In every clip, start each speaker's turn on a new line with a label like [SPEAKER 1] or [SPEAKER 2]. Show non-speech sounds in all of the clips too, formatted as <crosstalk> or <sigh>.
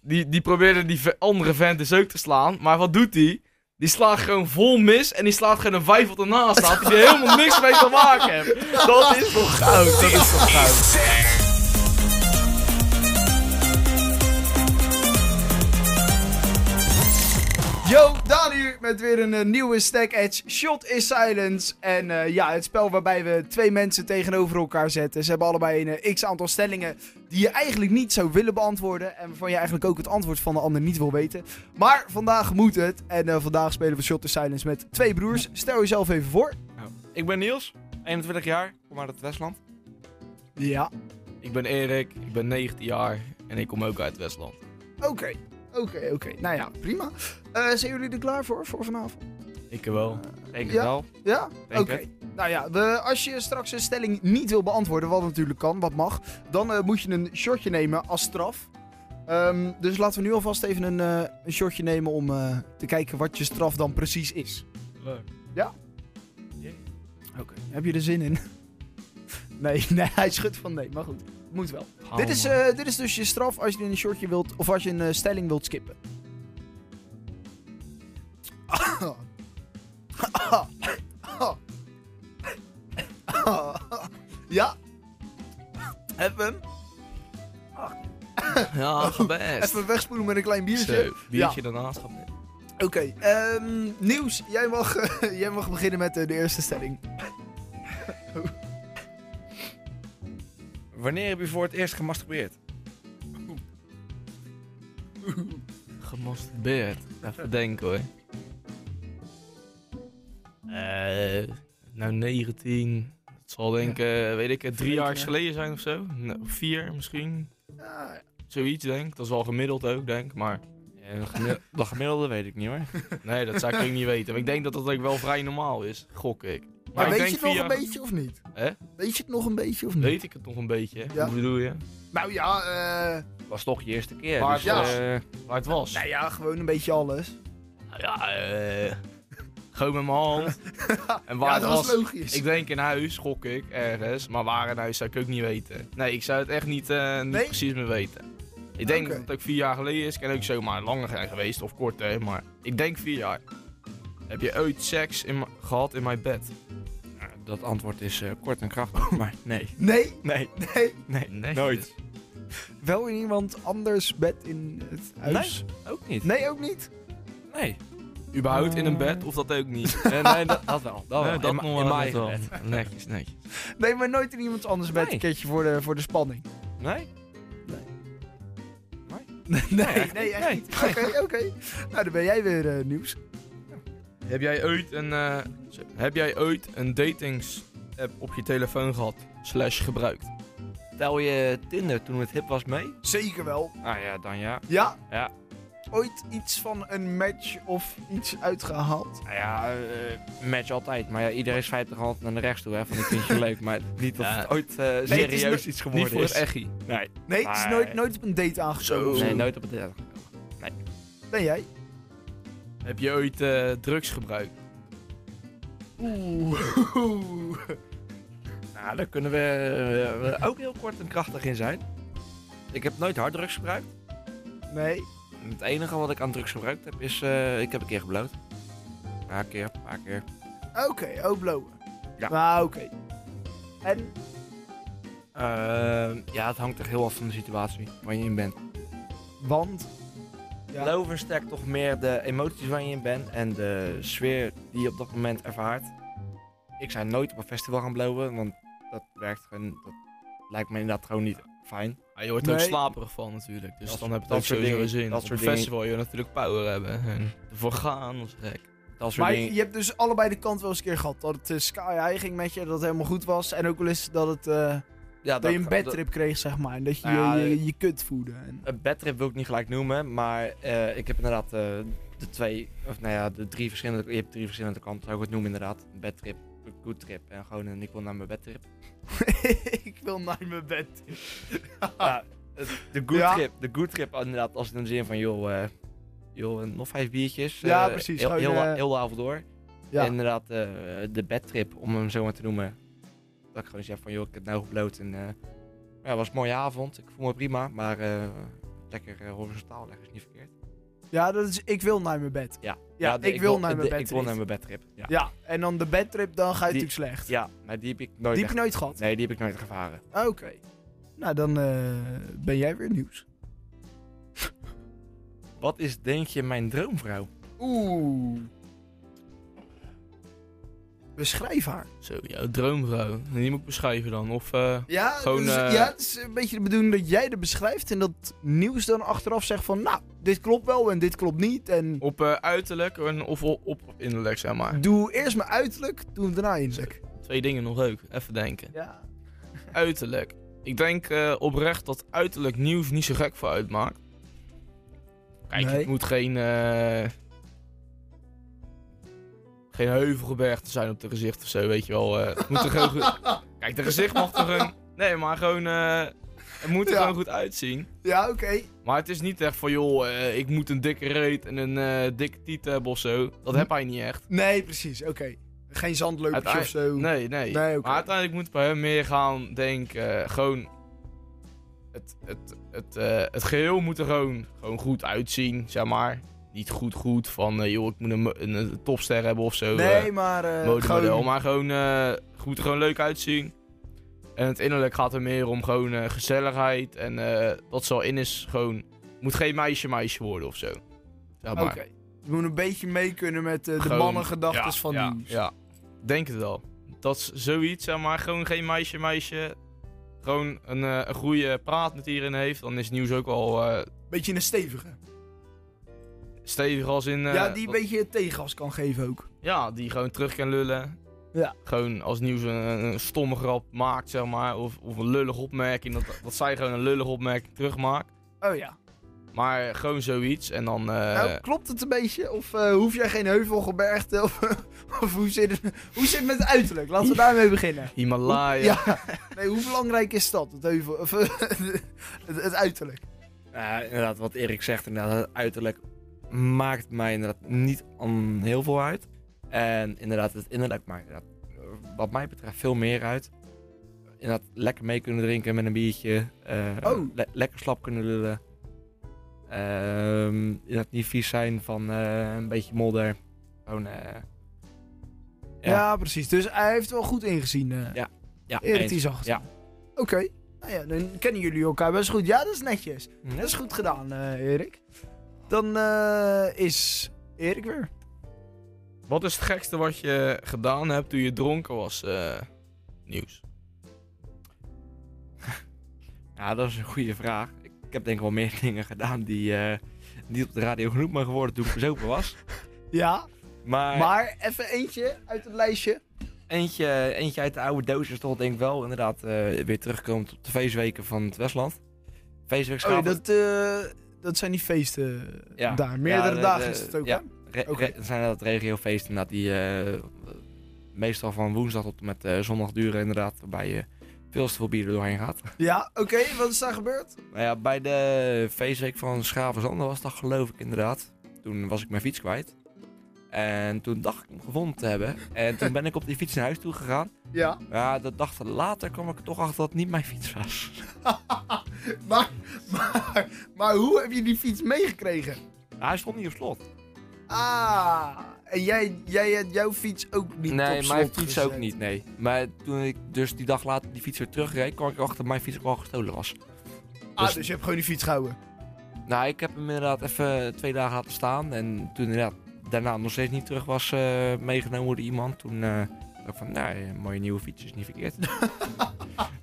[SPEAKER 1] die, die probeerde die ve- andere vent de zeuk te slaan. Maar wat doet die? Die slaat gewoon vol mis en die slaat gewoon een vijf op de naast. Die er helemaal niks mee te maken heeft. Dat is toch goud. Dat is toch goud.
[SPEAKER 2] Yo, Daan hier met weer een eh, nieuwe Stack Edge. Shot is silence. En eh, ja, het spel waarbij we twee mensen tegenover elkaar zetten. Ze hebben allebei een eh, x-aantal stellingen die je eigenlijk niet zou willen beantwoorden. En waarvan je eigenlijk ook het antwoord van de ander niet wil weten. Maar vandaag moet het. En eh, vandaag spelen we Shot is silence met twee broers. Stel jezelf even voor.
[SPEAKER 1] Ik ben Niels, 21 jaar, kom uit het Westland.
[SPEAKER 2] Ja.
[SPEAKER 1] Ik ben Erik, ik ben 19 jaar en ik kom ook uit het Westland.
[SPEAKER 2] Oké. Oké, oké. Nou ja, prima. Eh, zijn jullie er klaar voor, voor vanavond?
[SPEAKER 1] Ik wel.
[SPEAKER 3] Denk het
[SPEAKER 2] Ja.
[SPEAKER 3] wel.
[SPEAKER 2] Ja? Oké.
[SPEAKER 3] Denk
[SPEAKER 2] Nou ja, we- als je straks een stelling niet wil beantwoorden, wat natuurlijk kan, wat mag, dan eh, moet je een shotje nemen als straf. Ehm, dus laten we nu alvast even een, eh, een shotje nemen om eh, te kijken wat je straf dan precies is.
[SPEAKER 1] Leuk.
[SPEAKER 2] Oké. Heb je er zin in? <laughs> nee, <laughs> nee, hij schudt van nee, maar goed. Moet wel. dit, is, eh, dit is dus je straf als je een shotje wilt, of als je een eh, stelling wilt skippen. <laughs> ja? Heb hem?
[SPEAKER 1] Ja, best.
[SPEAKER 2] Even wegspoelen met een klein biertje.
[SPEAKER 1] Zo, biertje daarnaast. gaat mee.
[SPEAKER 2] Oké, ehm, nieuws. Jij mag, <laughs> eh, jij mag beginnen met eh, de eerste stelling.
[SPEAKER 3] Wanneer heb je voor het eerst gemasturbeerd?
[SPEAKER 1] Gemasturbeerd.
[SPEAKER 3] <laughs>
[SPEAKER 1] Even denken hoor. Eh, nou 19. Het zal denk ik, eh, weet ik, het, drie jaar
[SPEAKER 2] ja.
[SPEAKER 1] geleden zijn of zo. Nou, vier misschien.
[SPEAKER 2] Ja,
[SPEAKER 1] Zoiets denk ik. Dat is wel gemiddeld ook denk ik, maar...
[SPEAKER 3] Dat gemiddelde weet ik niet hoor.
[SPEAKER 1] <laughs> Nee, dat zou ik ook niet weten. Maar ik denk dat dat ook wel vrij normaal is. Gok ik. Maar,
[SPEAKER 2] maar
[SPEAKER 1] ik
[SPEAKER 2] weet
[SPEAKER 1] denk
[SPEAKER 2] je het nog
[SPEAKER 1] via-
[SPEAKER 2] een beetje of niet?
[SPEAKER 1] Hè?
[SPEAKER 2] Weet je het nog een beetje of niet?
[SPEAKER 1] Weet ik het nog een beetje?
[SPEAKER 2] Ja.
[SPEAKER 1] Hoe bedoel je?
[SPEAKER 2] Nou ja, eh...
[SPEAKER 3] Was toch je eerste keer.
[SPEAKER 1] Maar
[SPEAKER 3] dus,
[SPEAKER 1] ja.
[SPEAKER 3] eh,
[SPEAKER 1] Waar het was?
[SPEAKER 2] Nou ja, gewoon een beetje alles.
[SPEAKER 1] Nou Ja, eh... Gewoon met mijn hand. En waar
[SPEAKER 2] ja,
[SPEAKER 1] het
[SPEAKER 2] dat
[SPEAKER 1] was...
[SPEAKER 2] was logisch.
[SPEAKER 1] Ik denk in huis, gok ik, ergens. Maar waar in huis zou ik ook niet weten. Nee, ik zou het echt niet, eh, niet
[SPEAKER 2] Nee?
[SPEAKER 1] precies meer weten. Ik denk
[SPEAKER 2] Oké.
[SPEAKER 1] dat het ook vier jaar geleden is. Ik kan ook zomaar langer zijn geweest of korter, maar ik denk vier jaar. Heb je ooit seks in m- gehad in mijn bed?
[SPEAKER 3] nou, dat antwoord is eh, kort en krachtig. maar nee.
[SPEAKER 2] Nee,
[SPEAKER 3] Nee.
[SPEAKER 2] nee.
[SPEAKER 3] Nee.
[SPEAKER 1] Nee.
[SPEAKER 3] Nooit.
[SPEAKER 2] Wel in iemand anders bed in het huis?
[SPEAKER 3] Ook niet.
[SPEAKER 2] Nee, ook niet?
[SPEAKER 3] Nee.
[SPEAKER 1] Überhaupt in een
[SPEAKER 3] Eh.
[SPEAKER 1] bed of dat ook niet?
[SPEAKER 3] nee, nee, dat, dat wel. Dat,
[SPEAKER 1] Nee,
[SPEAKER 3] wel. In ma- in mijn
[SPEAKER 1] net
[SPEAKER 3] bed. <laughs>
[SPEAKER 1] Netjes, netjes.
[SPEAKER 2] Nee, maar nooit in iemand anders bed.
[SPEAKER 3] Nee.
[SPEAKER 2] Een keertje voor de, voor de spanning. <laughs>
[SPEAKER 3] Nee?
[SPEAKER 2] Nee, nee,
[SPEAKER 3] echt
[SPEAKER 2] nee
[SPEAKER 3] niet.
[SPEAKER 2] echt
[SPEAKER 3] Nee.
[SPEAKER 2] niet. Oké, oké. Nou, dan ben jij weer eh, nieuws.
[SPEAKER 1] Heb jij ooit een, eh, zo, heb jij ooit een datingsapp op je telefoon gehad? Slash gebruikt?
[SPEAKER 3] Tel je Tinder toen het hip was mee?
[SPEAKER 2] Zeker wel.
[SPEAKER 3] Ah ja, dan ja.
[SPEAKER 2] Ja?
[SPEAKER 3] Ja.
[SPEAKER 2] Ooit iets van een match of iets uitgehaald?
[SPEAKER 3] Nou ja, eh, match altijd. Maar ja, iedereen schrijft er altijd naar de rechts toe. Hè, van ik vind je leuk. Maar niet dat
[SPEAKER 1] Ja.
[SPEAKER 3] het ooit eh,
[SPEAKER 2] is
[SPEAKER 3] serieus
[SPEAKER 2] niet-
[SPEAKER 3] iets
[SPEAKER 1] Niet
[SPEAKER 3] geworden
[SPEAKER 1] voor het
[SPEAKER 3] is.
[SPEAKER 1] echi.
[SPEAKER 3] Nee.
[SPEAKER 2] Nee, het is
[SPEAKER 3] Nee.
[SPEAKER 2] nooit, nooit op een date aangekomen.
[SPEAKER 1] Zo.
[SPEAKER 2] of zo.
[SPEAKER 3] Nee, nooit op het
[SPEAKER 2] Ben jij? <laughs>
[SPEAKER 1] Heb je ooit eh, drugs gebruikt?
[SPEAKER 2] Oeh.
[SPEAKER 3] Nou, daar kunnen we eh, eh, ook heel kort en krachtig in zijn. Ik heb nooit harddrugs gebruikt.
[SPEAKER 2] Nee.
[SPEAKER 3] Het enige wat ik aan drugs gebruikt heb is, eh, ik heb een keer gebloot. Een paar keer, een paar keer.
[SPEAKER 2] Oké, oh, blowen.
[SPEAKER 3] Ja.
[SPEAKER 2] Ah, oké. En?
[SPEAKER 3] Ehm, ja, het hangt er heel af van de situatie waar je in bent.
[SPEAKER 2] Want? Ja.
[SPEAKER 3] Blowen versterkt toch meer de emoties waar je in bent en de sfeer die je op dat moment ervaart. Ik zou nooit op een festival gaan blowen, want dat werkt gewoon, dat lijkt me inderdaad gewoon niet fijn.
[SPEAKER 1] Ja, Ah, je wordt er
[SPEAKER 2] Nee.
[SPEAKER 1] ook slaperig van natuurlijk. Dus dan
[SPEAKER 3] Dat soort-
[SPEAKER 1] heb je het
[SPEAKER 3] dat
[SPEAKER 1] ook
[SPEAKER 3] soort
[SPEAKER 1] sowieso
[SPEAKER 3] dingen-
[SPEAKER 1] zin.
[SPEAKER 3] dat
[SPEAKER 1] Op
[SPEAKER 3] soort
[SPEAKER 1] een
[SPEAKER 3] dingen-
[SPEAKER 1] festival wil je natuurlijk power hebben. En ervoor gaan, dat is gek.
[SPEAKER 3] Dat soort
[SPEAKER 2] Maar
[SPEAKER 3] dingen.
[SPEAKER 2] je hebt dus allebei de kant wel eens een keer gehad. Dat het eh, sky high ging met je, dat het helemaal goed was. En ook wel eens dat, het, eh,
[SPEAKER 3] ja,
[SPEAKER 2] dat je een
[SPEAKER 3] dat-
[SPEAKER 2] bedtrip kreeg, zeg maar. En dat je
[SPEAKER 3] Nou ja,
[SPEAKER 2] je, je, je kut voelde. En... <laughs>
[SPEAKER 3] Een bedtrip wil ik niet gelijk noemen, maar eh, ik heb inderdaad eh, de twee, of nou ja, de drie verschillende, je hebt drie verschillende kanten, zou ik het noemen inderdaad. Een bedtrip, een good trip en gewoon een ik wil naar mijn bedtrip.
[SPEAKER 2] ik wil naar mijn bed.
[SPEAKER 3] Ja, het- de good
[SPEAKER 2] Ah. Ja.
[SPEAKER 3] trip, de good trip inderdaad als in de zin van joh, eh, joh eh, nog vijf biertjes.
[SPEAKER 2] Ja,
[SPEAKER 3] eh,
[SPEAKER 2] precies,
[SPEAKER 3] Heel,
[SPEAKER 2] gewoon,
[SPEAKER 3] heel,
[SPEAKER 2] eh,
[SPEAKER 3] heel de avond door.
[SPEAKER 2] Ja.
[SPEAKER 3] En inderdaad eh, de bedtrip, om hem zo maar te noemen. Dat ik gewoon zeg van joh, ik heb nou gebloot en eh, ja, het was een mooie avond, ik voel me prima, maar eh, lekker eh, horizontaal leggen is niet verkeerd.
[SPEAKER 2] Ja, dat is, ik wil naar mijn bed.
[SPEAKER 3] Ja,
[SPEAKER 2] ik wil naar mijn
[SPEAKER 3] bedtrip. Ik wil
[SPEAKER 2] bedtrip.
[SPEAKER 3] naar mijn bedtrip. Ja.
[SPEAKER 2] Ja, en dan de bedtrip, dan ga je
[SPEAKER 3] Die-
[SPEAKER 2] natuurlijk slecht.
[SPEAKER 3] ja, maar die heb ik nooit.
[SPEAKER 2] Die heb
[SPEAKER 3] echt-
[SPEAKER 2] je nooit gehad? Ah,
[SPEAKER 3] Nee, die heb ik nooit gevaren.
[SPEAKER 2] Oké. Nou, dan eh, ben jij weer nieuws.
[SPEAKER 3] Wat is denk je mijn droomvrouw?
[SPEAKER 2] Oeh. Beschrijf haar.
[SPEAKER 1] Zo, jouw droomvrouw. Die moet ik beschrijven dan. Of, eh,
[SPEAKER 2] Ja,
[SPEAKER 1] Gewoon,
[SPEAKER 2] dus-
[SPEAKER 1] eh,
[SPEAKER 2] ja, het is een beetje de bedoeling dat jij het beschrijft en dat nieuws dan achteraf zegt van, nou, dit klopt wel en dit klopt niet. En
[SPEAKER 1] op eh, uiterlijk en of op, op innerlijk, zeg maar.
[SPEAKER 2] doe eerst mijn uiterlijk, doe hem daarna innerlijk.
[SPEAKER 1] Twee dingen nog leuk. Even denken.
[SPEAKER 2] Ja.
[SPEAKER 1] Uiterlijk. Ik denk eh, oprecht dat uiterlijk nieuws niet zo gek voor uitmaakt. Kijk,
[SPEAKER 2] Nee.
[SPEAKER 1] het moet geen... eh geen heuvelgebergte zijn op de gezicht of zo, weet je wel. eh, het moet er gewoon goed- Kijk, de gezicht mag er een... Nee, maar gewoon... eh, het moet er
[SPEAKER 2] Ja.
[SPEAKER 1] gewoon goed uitzien.
[SPEAKER 2] <laughs> Ja, oké.
[SPEAKER 1] Maar het is niet echt van, joh, eh, ik moet een dikke reet en een eh, dikke tiet hebben of zo.
[SPEAKER 2] Hm.
[SPEAKER 1] Dat heb hij niet echt.
[SPEAKER 2] Nee, precies. Oké. Geen zandleupertje
[SPEAKER 1] Uitei-
[SPEAKER 2] of zo.
[SPEAKER 1] Nee, nee.
[SPEAKER 2] Nee, oké.
[SPEAKER 1] Maar uiteindelijk moet het bij hem meer gaan, denk eh, gewoon... Het, het, het, eh, het geheel moet er gewoon, gewoon goed uitzien, zeg maar. Niet goed goed van, eh, joh, ik moet een, mo- een, een topster hebben of zo. eh,
[SPEAKER 2] Nee, maar eh,
[SPEAKER 1] modemodel.
[SPEAKER 2] gewoon-
[SPEAKER 1] Maar gewoon, eh, goed, gewoon leuk uitzien. En het innerlijk gaat er meer om gewoon eh, gezelligheid. En eh, dat zal in is gewoon... Moet geen meisje meisje worden of zo. Zeg maar.
[SPEAKER 2] Oké. Je moet een beetje mee kunnen met eh, de
[SPEAKER 1] Gewoon-
[SPEAKER 2] mannengedachtes
[SPEAKER 1] Ja,
[SPEAKER 2] van
[SPEAKER 1] ja,
[SPEAKER 2] nieuws.
[SPEAKER 1] Ja, denk het wel. Dat is zoiets, zeg maar. Gewoon geen meisje meisje. Gewoon een, eh, een goede praat met iedereen heeft. Dan is nieuws ook al eh,
[SPEAKER 2] Beetje een stevige.
[SPEAKER 1] stevig als in... eh,
[SPEAKER 2] ja, die een
[SPEAKER 1] dat-
[SPEAKER 2] beetje tegengas kan geven ook.
[SPEAKER 1] Ja, die gewoon terug kan lullen.
[SPEAKER 2] Ja.
[SPEAKER 1] Gewoon als nieuws een, een stomme grap maakt, zeg maar. Of, of een lullige opmerking. Dat, dat zij gewoon een lullige opmerking terugmaakt.
[SPEAKER 2] Oh ja.
[SPEAKER 1] Maar gewoon zoiets. En dan... eh,
[SPEAKER 2] nou, klopt het een beetje? Of eh, hoef jij geen heuvelgebergte? <laughs> Of, of hoe, zit het, hoe zit het met het uiterlijk? Laten we daarmee beginnen.
[SPEAKER 1] Himalaya.
[SPEAKER 2] Ja. Nee, hoe belangrijk is dat? Het, heuvel, of, <laughs> eh, het, het uiterlijk.
[SPEAKER 3] Ja, inderdaad, wat Erik zegt, inderdaad, het uiterlijk maakt mij inderdaad niet aan heel veel uit. En inderdaad, het innerlijk maakt inderdaad, eh, wat mij betreft veel meer uit. Inderdaad, lekker mee kunnen drinken met een biertje. eh,
[SPEAKER 2] Oh.
[SPEAKER 3] le- lekker slap kunnen lullen. Ehm, inderdaad, niet vies zijn van eh, een beetje modder. Gewoon, eh,
[SPEAKER 2] Ja.
[SPEAKER 3] Ja.
[SPEAKER 2] precies. Dus hij heeft wel goed ingezien. eh
[SPEAKER 3] ja,
[SPEAKER 2] Erik
[SPEAKER 3] eens.
[SPEAKER 2] die zag.
[SPEAKER 3] Ja.
[SPEAKER 2] Oké. Nou ja, dan kennen jullie elkaar best goed. Ja, dat is netjes.
[SPEAKER 3] Hm?
[SPEAKER 2] Dat is goed gedaan, eh, Erik. Dan eh, is Erik weer.
[SPEAKER 1] Wat is het gekste wat je gedaan hebt toen je dronken was? eh, nieuws.
[SPEAKER 3] Ja, dat is een goede vraag. Ik ik heb denk ik wel meer <laughs> dingen gedaan die eh, niet op de radio genoemd mogen worden toen ik bezopen was.
[SPEAKER 2] Ja,
[SPEAKER 3] Maar,
[SPEAKER 2] maar even eentje uit het lijstje.
[SPEAKER 3] Eentje, eentje uit de oude doos is toch denk ik wel inderdaad eh, weer terugkomt op de feestweken van het Westland.
[SPEAKER 2] Oh,
[SPEAKER 3] Feestweeksavond.
[SPEAKER 2] dat, eh, dat zijn die feesten
[SPEAKER 3] Ja.
[SPEAKER 2] daar. Meerdere
[SPEAKER 3] de-
[SPEAKER 2] dagen
[SPEAKER 3] de-
[SPEAKER 2] is het ook,
[SPEAKER 3] ja.
[SPEAKER 2] hè?
[SPEAKER 3] Re-
[SPEAKER 2] oké.
[SPEAKER 3] re- dat zijn dat regiofeesten inderdaad die eh, meestal van woensdag tot en met eh, zondag duren inderdaad. Waarbij je veel te veel bier er doorheen gaat. <laughs>
[SPEAKER 2] Ja, oké. wat is daar gebeurd?
[SPEAKER 3] Nou ja, bij de feestweek van Schavenzanden was dat geloof ik inderdaad. Toen was ik mijn fiets kwijt. En toen dacht ik hem gevonden te hebben. En toen ben ik op die fiets naar huis toe gegaan.
[SPEAKER 2] Ja. <laughs>
[SPEAKER 3] Maar ja, de dag later kwam ik er toch achter dat het niet mijn fiets was. <laughs>
[SPEAKER 2] maar, maar, maar hoe heb je die fiets meegekregen?
[SPEAKER 3] Hij stond niet op slot.
[SPEAKER 2] Ah, en jij, jij hebt jouw fiets ook niet op
[SPEAKER 3] nee,
[SPEAKER 2] slot
[SPEAKER 3] mijn fiets ook
[SPEAKER 2] gezet.
[SPEAKER 3] niet, nee. Maar toen ik dus die dag later die fiets weer terugreed, kwam ik achter dat mijn fiets ook al gestolen was.
[SPEAKER 2] Ah,
[SPEAKER 3] Dus-
[SPEAKER 2] dus je hebt gewoon die fiets gehouden.
[SPEAKER 3] Nou, ik heb hem inderdaad even eh, twee dagen laten staan. En toen inderdaad daarna nog steeds niet terug was eh, meegenomen door iemand. Toen eh, dacht ik van, nou, een mooie nieuwe fiets is niet
[SPEAKER 2] <laughs>
[SPEAKER 3] verkeerd.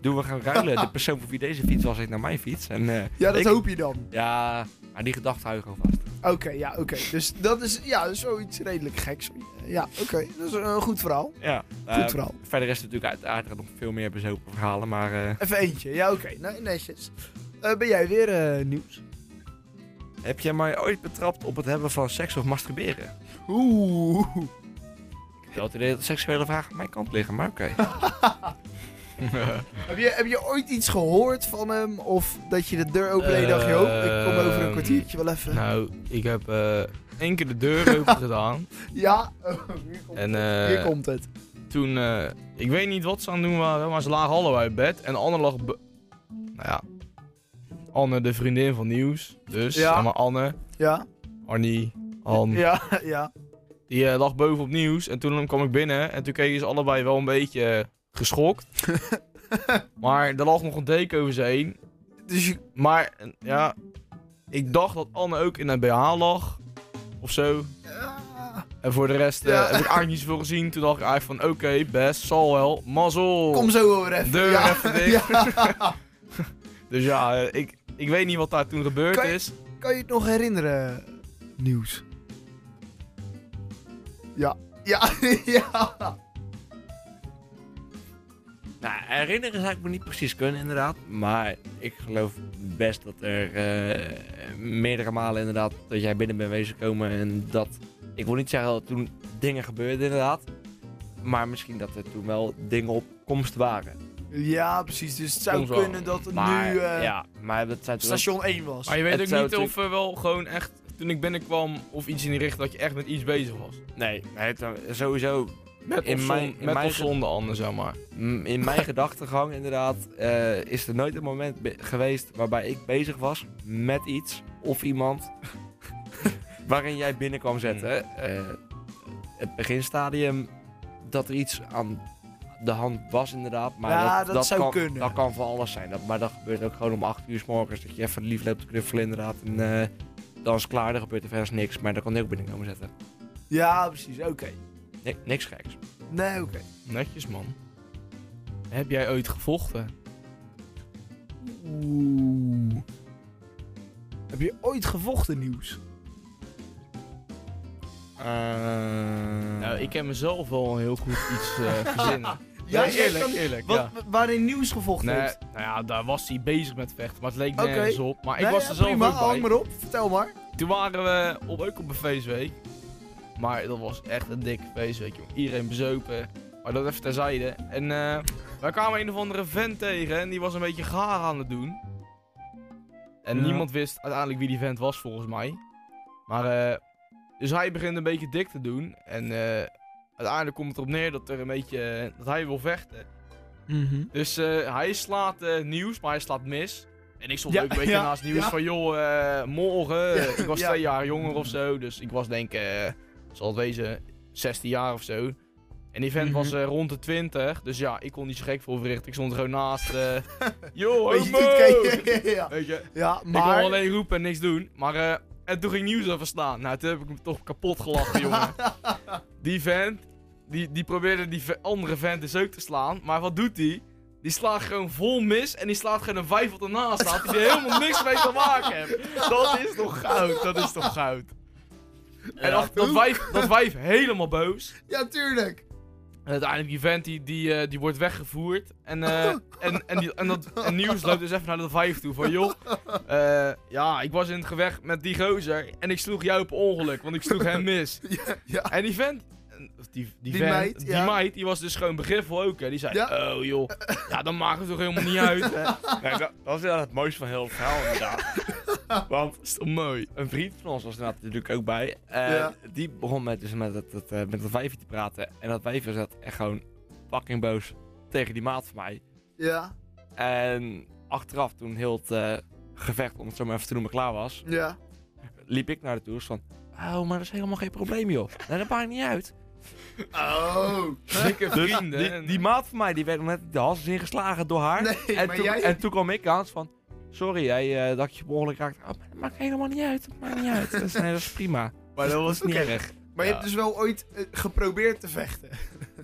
[SPEAKER 3] Doen we gaan ruilen. De persoon voor wie deze fiets was, heeft naar mijn fiets. En, eh,
[SPEAKER 2] Ja, dat
[SPEAKER 3] ik-
[SPEAKER 2] hoop je dan.
[SPEAKER 3] Ja, maar die gedachte hou je gewoon vast.
[SPEAKER 2] Oké, ja, oké. Dus dat is ja, zoiets redelijk geks. Ja, oké. Dat is een goed verhaal.
[SPEAKER 3] Ja,
[SPEAKER 2] Goed verhaal.
[SPEAKER 3] Eh, verder is het natuurlijk uiteraard nog veel meer bezopen verhalen. Maar eh,
[SPEAKER 2] Even eentje. Ja, oké. Nou, netjes. Eh, ben jij weer eh, nieuws?
[SPEAKER 3] heb jij mij ooit betrapt op het hebben van seks of masturberen?
[SPEAKER 2] Oeh.
[SPEAKER 3] Ik had het idee dat seksuele vragen aan mijn kant liggen, maar oké.
[SPEAKER 2] <laughs> Heb je, heb je ooit iets gehoord van hem? Of dat je de deur opende en je dacht, joh, ik kom over een
[SPEAKER 1] Ehm,
[SPEAKER 2] kwartiertje wel even.
[SPEAKER 1] Nou, ik heb eh, één keer de deur <laughs> open gedaan.
[SPEAKER 2] Ja, oh, hier komt,
[SPEAKER 1] En
[SPEAKER 2] hier
[SPEAKER 1] eh,
[SPEAKER 2] komt het.
[SPEAKER 1] toen, eh, ik weet niet wat ze aan het doen waren, maar ze lagen allebei uit bed. En de ander lag. be- Nou ja. Anne, de vriendin van Nieuws. Dus,
[SPEAKER 2] Ja.
[SPEAKER 1] zeg maar Anne,
[SPEAKER 2] Ja,
[SPEAKER 1] Arnie, Han.
[SPEAKER 2] ja, ja.
[SPEAKER 1] Die eh, lag boven op Nieuws. En toen kwam ik binnen en toen keken ze allebei wel een beetje eh, geschokt.
[SPEAKER 2] <laughs>
[SPEAKER 1] maar er lag nog een deken over ze heen.
[SPEAKER 2] Dus je-
[SPEAKER 1] Maar, eh, ja, ik dacht dat Anne ook in een BH lag. Of zo.
[SPEAKER 2] Ah.
[SPEAKER 1] En voor de rest eh,
[SPEAKER 2] Ja.
[SPEAKER 1] heb ik eigenlijk niet zoveel gezien. Toen dacht ik eigenlijk van, oké, best, zal wel, mazzel.
[SPEAKER 2] kom zo over even.
[SPEAKER 1] Deur
[SPEAKER 2] ja.
[SPEAKER 1] even dicht. <laughs> Dus ja, eh, ik, ik weet niet wat daar toen gebeurd
[SPEAKER 2] Kan je-
[SPEAKER 1] is.
[SPEAKER 2] Kan je het nog herinneren? Nieuws. Ja. Ja, <laughs> ja.
[SPEAKER 3] Nou, herinneren zou ik me niet precies kunnen, inderdaad. Maar ik geloof best dat er eh, meerdere malen inderdaad dat jij binnen bent wezen komen. En dat, ik wil niet zeggen dat toen dingen gebeurden, inderdaad. Maar misschien dat er toen wel dingen op komst waren.
[SPEAKER 2] Ja, precies. Dus het zou
[SPEAKER 1] Soms wel.
[SPEAKER 2] kunnen dat het
[SPEAKER 3] Maar,
[SPEAKER 2] nu eh,
[SPEAKER 3] ja, maar dat zijn toch wel-
[SPEAKER 2] station 1 was.
[SPEAKER 1] Maar je weet
[SPEAKER 3] Het
[SPEAKER 1] ook niet
[SPEAKER 3] zou
[SPEAKER 1] of er wel gewoon echt, toen ik binnenkwam, of iets in die richting dat je echt met iets bezig was.
[SPEAKER 3] Nee, nee, het- sowieso
[SPEAKER 1] Met
[SPEAKER 3] In
[SPEAKER 1] of, zon-
[SPEAKER 3] mijn- in
[SPEAKER 1] met
[SPEAKER 3] mijn
[SPEAKER 1] of
[SPEAKER 3] ge-
[SPEAKER 1] zonder anders, zeg maar.
[SPEAKER 3] Mm, In mijn gedachtegang inderdaad eh, is er nooit een moment be- geweest waarbij ik bezig was met iets of iemand waarin jij binnen kwam zetten. Eh, het beginstadium dat er iets aan de hand was inderdaad. Maar
[SPEAKER 2] Ja,
[SPEAKER 3] dat,
[SPEAKER 2] dat zou
[SPEAKER 3] kan,
[SPEAKER 2] kunnen.
[SPEAKER 3] Dat kan van alles zijn. Dat, maar dat gebeurt ook gewoon om 8 uur s morgens. Dat je even lief loopt te knuffelen inderdaad. En eh, dan is het klaar, dan gebeurt er verder niks. Maar dan kan hij ook binnen komen zetten.
[SPEAKER 2] Ja, precies. Oké.
[SPEAKER 3] Ni- niks geks.
[SPEAKER 2] Nee, oké.
[SPEAKER 1] Netjes, man. Heb jij ooit gevochten?
[SPEAKER 2] Oeh. Heb je ooit gevochten nieuws?
[SPEAKER 1] Nou, ik heb mezelf wel heel goed iets eh,
[SPEAKER 2] <laughs>
[SPEAKER 1] verzinnen.
[SPEAKER 2] Ja,
[SPEAKER 1] Nee,
[SPEAKER 2] jij kan-
[SPEAKER 1] eerlijk,
[SPEAKER 2] Wat, Waarin nieuws gevochten
[SPEAKER 1] Nee,
[SPEAKER 2] heeft?
[SPEAKER 1] nou ja, daar was hij bezig met vechten, maar het leek
[SPEAKER 2] Oké.
[SPEAKER 1] nergens op. Maar ik
[SPEAKER 2] Nee,
[SPEAKER 1] was
[SPEAKER 2] ja,
[SPEAKER 1] er zelf
[SPEAKER 2] prima,
[SPEAKER 1] ook bij.
[SPEAKER 2] hang maar op. Vertel maar.
[SPEAKER 1] Toen waren we op, ook op een feestweek. Maar dat was echt een dikke feestweek, joh. Iedereen bezopen. Maar dat even terzijde. En eh, wij kwamen een of andere vent tegen en die was een beetje gaar aan het doen. En
[SPEAKER 3] Ja.
[SPEAKER 1] niemand wist uiteindelijk wie die vent was, volgens mij. Maar, eh, dus hij begint een beetje dik te doen. En eh, uiteindelijk komt het erop neer dat, er een beetje, eh, dat hij wil vechten.
[SPEAKER 3] Mhm.
[SPEAKER 1] Dus eh, hij slaat eh, nieuws, maar hij slaat mis. En ik stond
[SPEAKER 2] Ja,
[SPEAKER 1] ook een beetje
[SPEAKER 2] ja,
[SPEAKER 1] naast nieuws
[SPEAKER 2] ja.
[SPEAKER 1] van, joh, eh, morgen.
[SPEAKER 2] Ja,
[SPEAKER 1] ik was
[SPEAKER 2] ja.
[SPEAKER 1] twee jaar jonger of zo, dus ik was denk ik, eh, zal het wezen, 16 jaar of zo. En die vent was
[SPEAKER 3] Mhm.
[SPEAKER 1] eh, rond de 20, dus ja, ik kon niet zo gek voor verrichten. Ik stond er gewoon naast,
[SPEAKER 2] <laughs>
[SPEAKER 1] eh joh,
[SPEAKER 2] Weet je, <laughs>
[SPEAKER 1] homo!
[SPEAKER 2] goed kijken. ja.
[SPEAKER 1] Weet je,
[SPEAKER 2] ja,
[SPEAKER 1] ik
[SPEAKER 2] maar...
[SPEAKER 1] wil alleen roepen en niks doen. Maar eh, en toen ging nieuws even staan. Nou, toen heb ik hem toch kapot gelachen, jongen. Die vent, die, die probeerde die ve- andere vent dus ook te slaan. Maar wat doet die? Die slaat gewoon vol mis en die slaat gewoon een vijf wat ernaast staat. Die er helemaal niks mee te maken heeft. Dat is toch goud, dat is toch goud. En dat, dat, wijf, dat wijf helemaal boos.
[SPEAKER 2] Ja, tuurlijk.
[SPEAKER 1] En uiteindelijk die vent die, die, eh, die wordt weggevoerd. En,
[SPEAKER 2] <laughs>
[SPEAKER 1] eh, en, en, die, en, dat, en Nieuws loopt dus even naar de vijf toe. Van joh, eh, ja, ik was in het gevecht met die gozer. En ik sloeg jou op ongeluk, want ik sloeg
[SPEAKER 2] <laughs>
[SPEAKER 1] hem mis.
[SPEAKER 2] Ja, ja.
[SPEAKER 1] En die vent... of Die, die,
[SPEAKER 2] Die
[SPEAKER 1] vent,
[SPEAKER 2] meid,
[SPEAKER 1] die
[SPEAKER 2] ja.
[SPEAKER 1] meid, die was dus gewoon begripvol ook. Hè. Die zei,
[SPEAKER 2] Ja.
[SPEAKER 1] oh joh, ja, dan maakt het toch helemaal niet
[SPEAKER 2] <laughs>
[SPEAKER 1] uit. Hè.
[SPEAKER 3] Nee, dat, dat is wel het mooiste van heel het verhaal, inderdaad. Want
[SPEAKER 1] Dat is toch mooi.
[SPEAKER 3] een vriend van ons was er natuurlijk ook bij. En
[SPEAKER 2] Ja.
[SPEAKER 3] Die begon met, dus met, dat, dat, eh, met dat wijfje te praten. En dat wijfje zat echt gewoon fucking boos tegen die maat van mij.
[SPEAKER 2] Ja,
[SPEAKER 3] En achteraf, toen heel het eh, gevecht, om het zo maar even te noemen, klaar was,
[SPEAKER 2] ja.
[SPEAKER 3] liep ik naar de tours van... Oh, maar dat is helemaal geen probleem, joh. Nee, dat maakt niet uit. Dus
[SPEAKER 2] Oh.
[SPEAKER 1] Dikke vrienden.
[SPEAKER 3] Die, die maat van mij, die werd net de hals ingeslagen door haar.
[SPEAKER 2] Nee,
[SPEAKER 3] en,
[SPEAKER 2] maar
[SPEAKER 3] toen,
[SPEAKER 2] jij...
[SPEAKER 3] en toen kwam ik aan van... Sorry, jij eh, dat ik je per ongeluk raakte. Oh, maar dat maakt helemaal niet uit. Dat maakt niet uit. Dat is, nee, dat is prima.
[SPEAKER 2] Maar dat was
[SPEAKER 3] niet
[SPEAKER 2] oké.
[SPEAKER 3] erg.
[SPEAKER 2] Maar je
[SPEAKER 1] Ja.
[SPEAKER 2] hebt dus wel ooit eh, geprobeerd te vechten.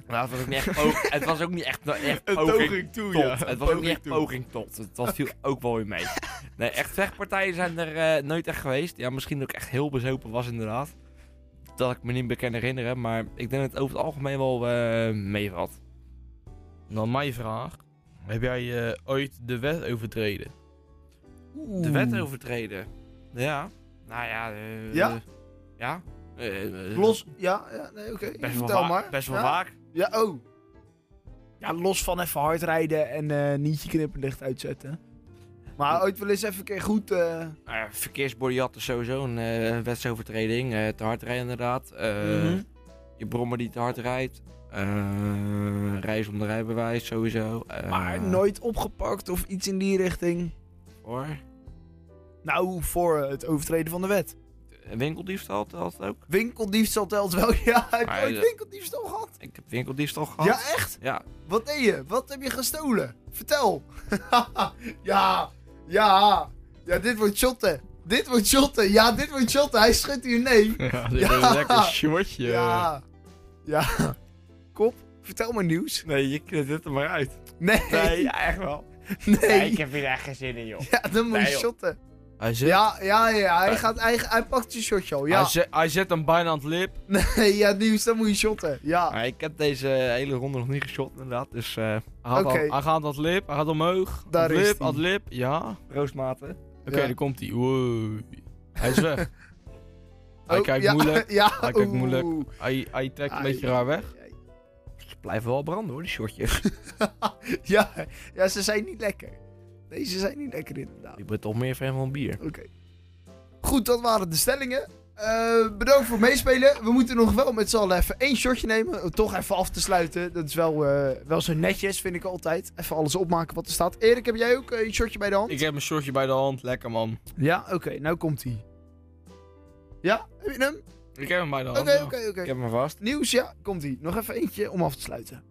[SPEAKER 3] Nou, het, was ook niet echt po- het was ook niet
[SPEAKER 2] <laughs>
[SPEAKER 3] echt, nou, echt
[SPEAKER 1] <laughs> een
[SPEAKER 3] poging
[SPEAKER 1] poging toe,
[SPEAKER 3] tot.
[SPEAKER 1] ja.
[SPEAKER 3] het was ook niet
[SPEAKER 1] Poging
[SPEAKER 3] echt
[SPEAKER 1] toe.
[SPEAKER 3] poging tot. Het- Dat viel ook wel weer mee. Nee, echt vechtpartijen zijn er eh, nooit echt geweest. Ja, misschien dat ik echt heel bezopen was inderdaad. Dat ik me niet meer kan herinneren. Maar ik denk dat het over het algemeen wel eh meevalt.
[SPEAKER 1] Dan Nou, mijn vraag. Heb jij eh, ooit de wet overtreden?
[SPEAKER 3] De wet overtreden. Ja. Nou ja.
[SPEAKER 2] Ja?
[SPEAKER 3] Ja. Eh, eh,
[SPEAKER 2] Los... Ja, ja nee, oké.
[SPEAKER 3] Best wel,
[SPEAKER 2] Vertel
[SPEAKER 3] vaak-
[SPEAKER 2] maar.
[SPEAKER 3] best wel
[SPEAKER 2] ja?
[SPEAKER 3] vaak.
[SPEAKER 2] Ja, oh. Ja, los van even hard rijden en eh, niet je knipperlicht uitzetten. Maar ooit wel eens even een keer goed... eh,
[SPEAKER 3] Nou ja, verkeersbodyat is sowieso een eh, wetsovertreding. eh, te hard rijden inderdaad. Eh,
[SPEAKER 2] mhm.
[SPEAKER 3] Je brommer die te hard rijdt. eh reis om de rijbewijs sowieso. eh,
[SPEAKER 2] Maar nooit opgepakt of iets in die richting.
[SPEAKER 3] Hoor.
[SPEAKER 2] Nou, voor eh, het overtreden van de wet.
[SPEAKER 3] Winkeldiefstal telt het ook.
[SPEAKER 2] Winkeldiefstal telt wel. <laughs> Ja, heb je
[SPEAKER 3] Maar,
[SPEAKER 2] ooit
[SPEAKER 3] eh,
[SPEAKER 2] winkeldiefstal gehad?
[SPEAKER 3] Ik heb winkeldiefstal gehad.
[SPEAKER 2] Ja, echt?
[SPEAKER 3] Ja,
[SPEAKER 2] Wat deed je? Wat heb je gestolen? Vertel. <laughs> ja, ja. Ja, dit wordt shotten. Dit wordt shotten. Ja, dit wordt shotten. Hij schudt hier nee.
[SPEAKER 1] Ja, dit
[SPEAKER 2] Ja.
[SPEAKER 1] is een lekker shortje.
[SPEAKER 2] Ja. Ja. Kop, vertel maar nieuws.
[SPEAKER 3] nee, je knit het er maar uit.
[SPEAKER 2] Nee. Nee.
[SPEAKER 3] ja, echt wel. heb hier echt geen zin in, joh.
[SPEAKER 2] Ja, dan moet je
[SPEAKER 3] Nee, joh.
[SPEAKER 2] shotten.
[SPEAKER 1] Hij, zet,
[SPEAKER 2] Ja, ja, ja. Hij,
[SPEAKER 1] Nee.
[SPEAKER 2] gaat, hij, hij pakt je shotje al.
[SPEAKER 1] hij,
[SPEAKER 2] Ja.
[SPEAKER 1] zet, hij zet hem bijna aan het lip.
[SPEAKER 2] Nee, ja, nieuws, dan moet je shotten. Ja.
[SPEAKER 3] Maar ik heb deze hele ronde nog niet geshot, inderdaad. Dus eh
[SPEAKER 1] Hij, gaat
[SPEAKER 2] Oké.
[SPEAKER 1] al- hij gaat aan het lip, hij gaat omhoog.
[SPEAKER 2] Daar
[SPEAKER 1] aan het
[SPEAKER 2] is
[SPEAKER 1] lip,
[SPEAKER 2] die.
[SPEAKER 1] aan het lip. Ja. Oké,
[SPEAKER 3] roosmaten.
[SPEAKER 2] Ja.
[SPEAKER 1] daar komt hij. Wow. Hij is
[SPEAKER 2] <laughs>
[SPEAKER 1] weg. Hij
[SPEAKER 2] Oh,
[SPEAKER 1] kijkt
[SPEAKER 2] ja, <laughs>
[SPEAKER 1] moeilijk.
[SPEAKER 2] Ja.
[SPEAKER 1] Hij kijkt
[SPEAKER 2] oeh.
[SPEAKER 1] moeilijk. Hij, hij trekt een
[SPEAKER 2] Ai.
[SPEAKER 1] beetje raar weg.
[SPEAKER 3] Ze blijven wel branden, hoor, die shotjes.
[SPEAKER 2] Ja. ja, ze zijn niet lekker. Deze zijn niet lekker inderdaad.
[SPEAKER 3] Ik ben toch meer fan van bier.
[SPEAKER 2] Oké. Goed, dat waren de stellingen. Eh, bedankt voor het meespelen. We moeten nog wel met z'n allen even één shotje nemen. Om toch even af te sluiten. Dat is wel, eh, wel zo netjes, vind ik altijd. Even alles opmaken wat er staat. Erik, heb jij ook eh, een shotje bij de hand?
[SPEAKER 1] Ik heb mijn shortje bij de hand. Lekker man.
[SPEAKER 2] Ja, oké. nou komt hij. Ja, heb je hem?
[SPEAKER 1] Ik heb hem bij de hand.
[SPEAKER 2] Oké,
[SPEAKER 1] ja.
[SPEAKER 2] oké,
[SPEAKER 3] Ik
[SPEAKER 2] oké.
[SPEAKER 3] heb me vast.
[SPEAKER 2] Nieuws, ja, komt hij. Nog even eentje om af te sluiten.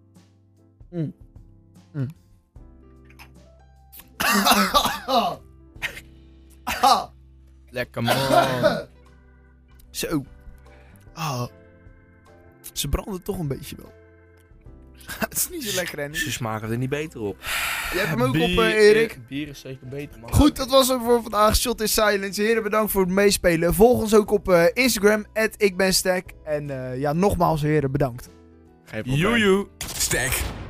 [SPEAKER 2] Mm. Mm.
[SPEAKER 1] Lekker
[SPEAKER 2] <laughs>
[SPEAKER 1] man.
[SPEAKER 2] <laughs> Zo. Ah. Ze branden toch een beetje wel. <laughs> het is niet zo lekker, hè?
[SPEAKER 3] Ze smaken er niet beter op.
[SPEAKER 2] Je hebt hem ook op,
[SPEAKER 1] Bier-
[SPEAKER 2] eh, Erik.
[SPEAKER 1] Bier is zeker beter man.
[SPEAKER 2] Goed, dat was hem voor vandaag. Shot in Silence. Heren, bedankt voor het meespelen. Volg ons ook op eh, Instagram, ikbenstack. En eh, ja, nogmaals, heren, bedankt.
[SPEAKER 3] Geen probleem.
[SPEAKER 1] Joejoe.
[SPEAKER 4] Stack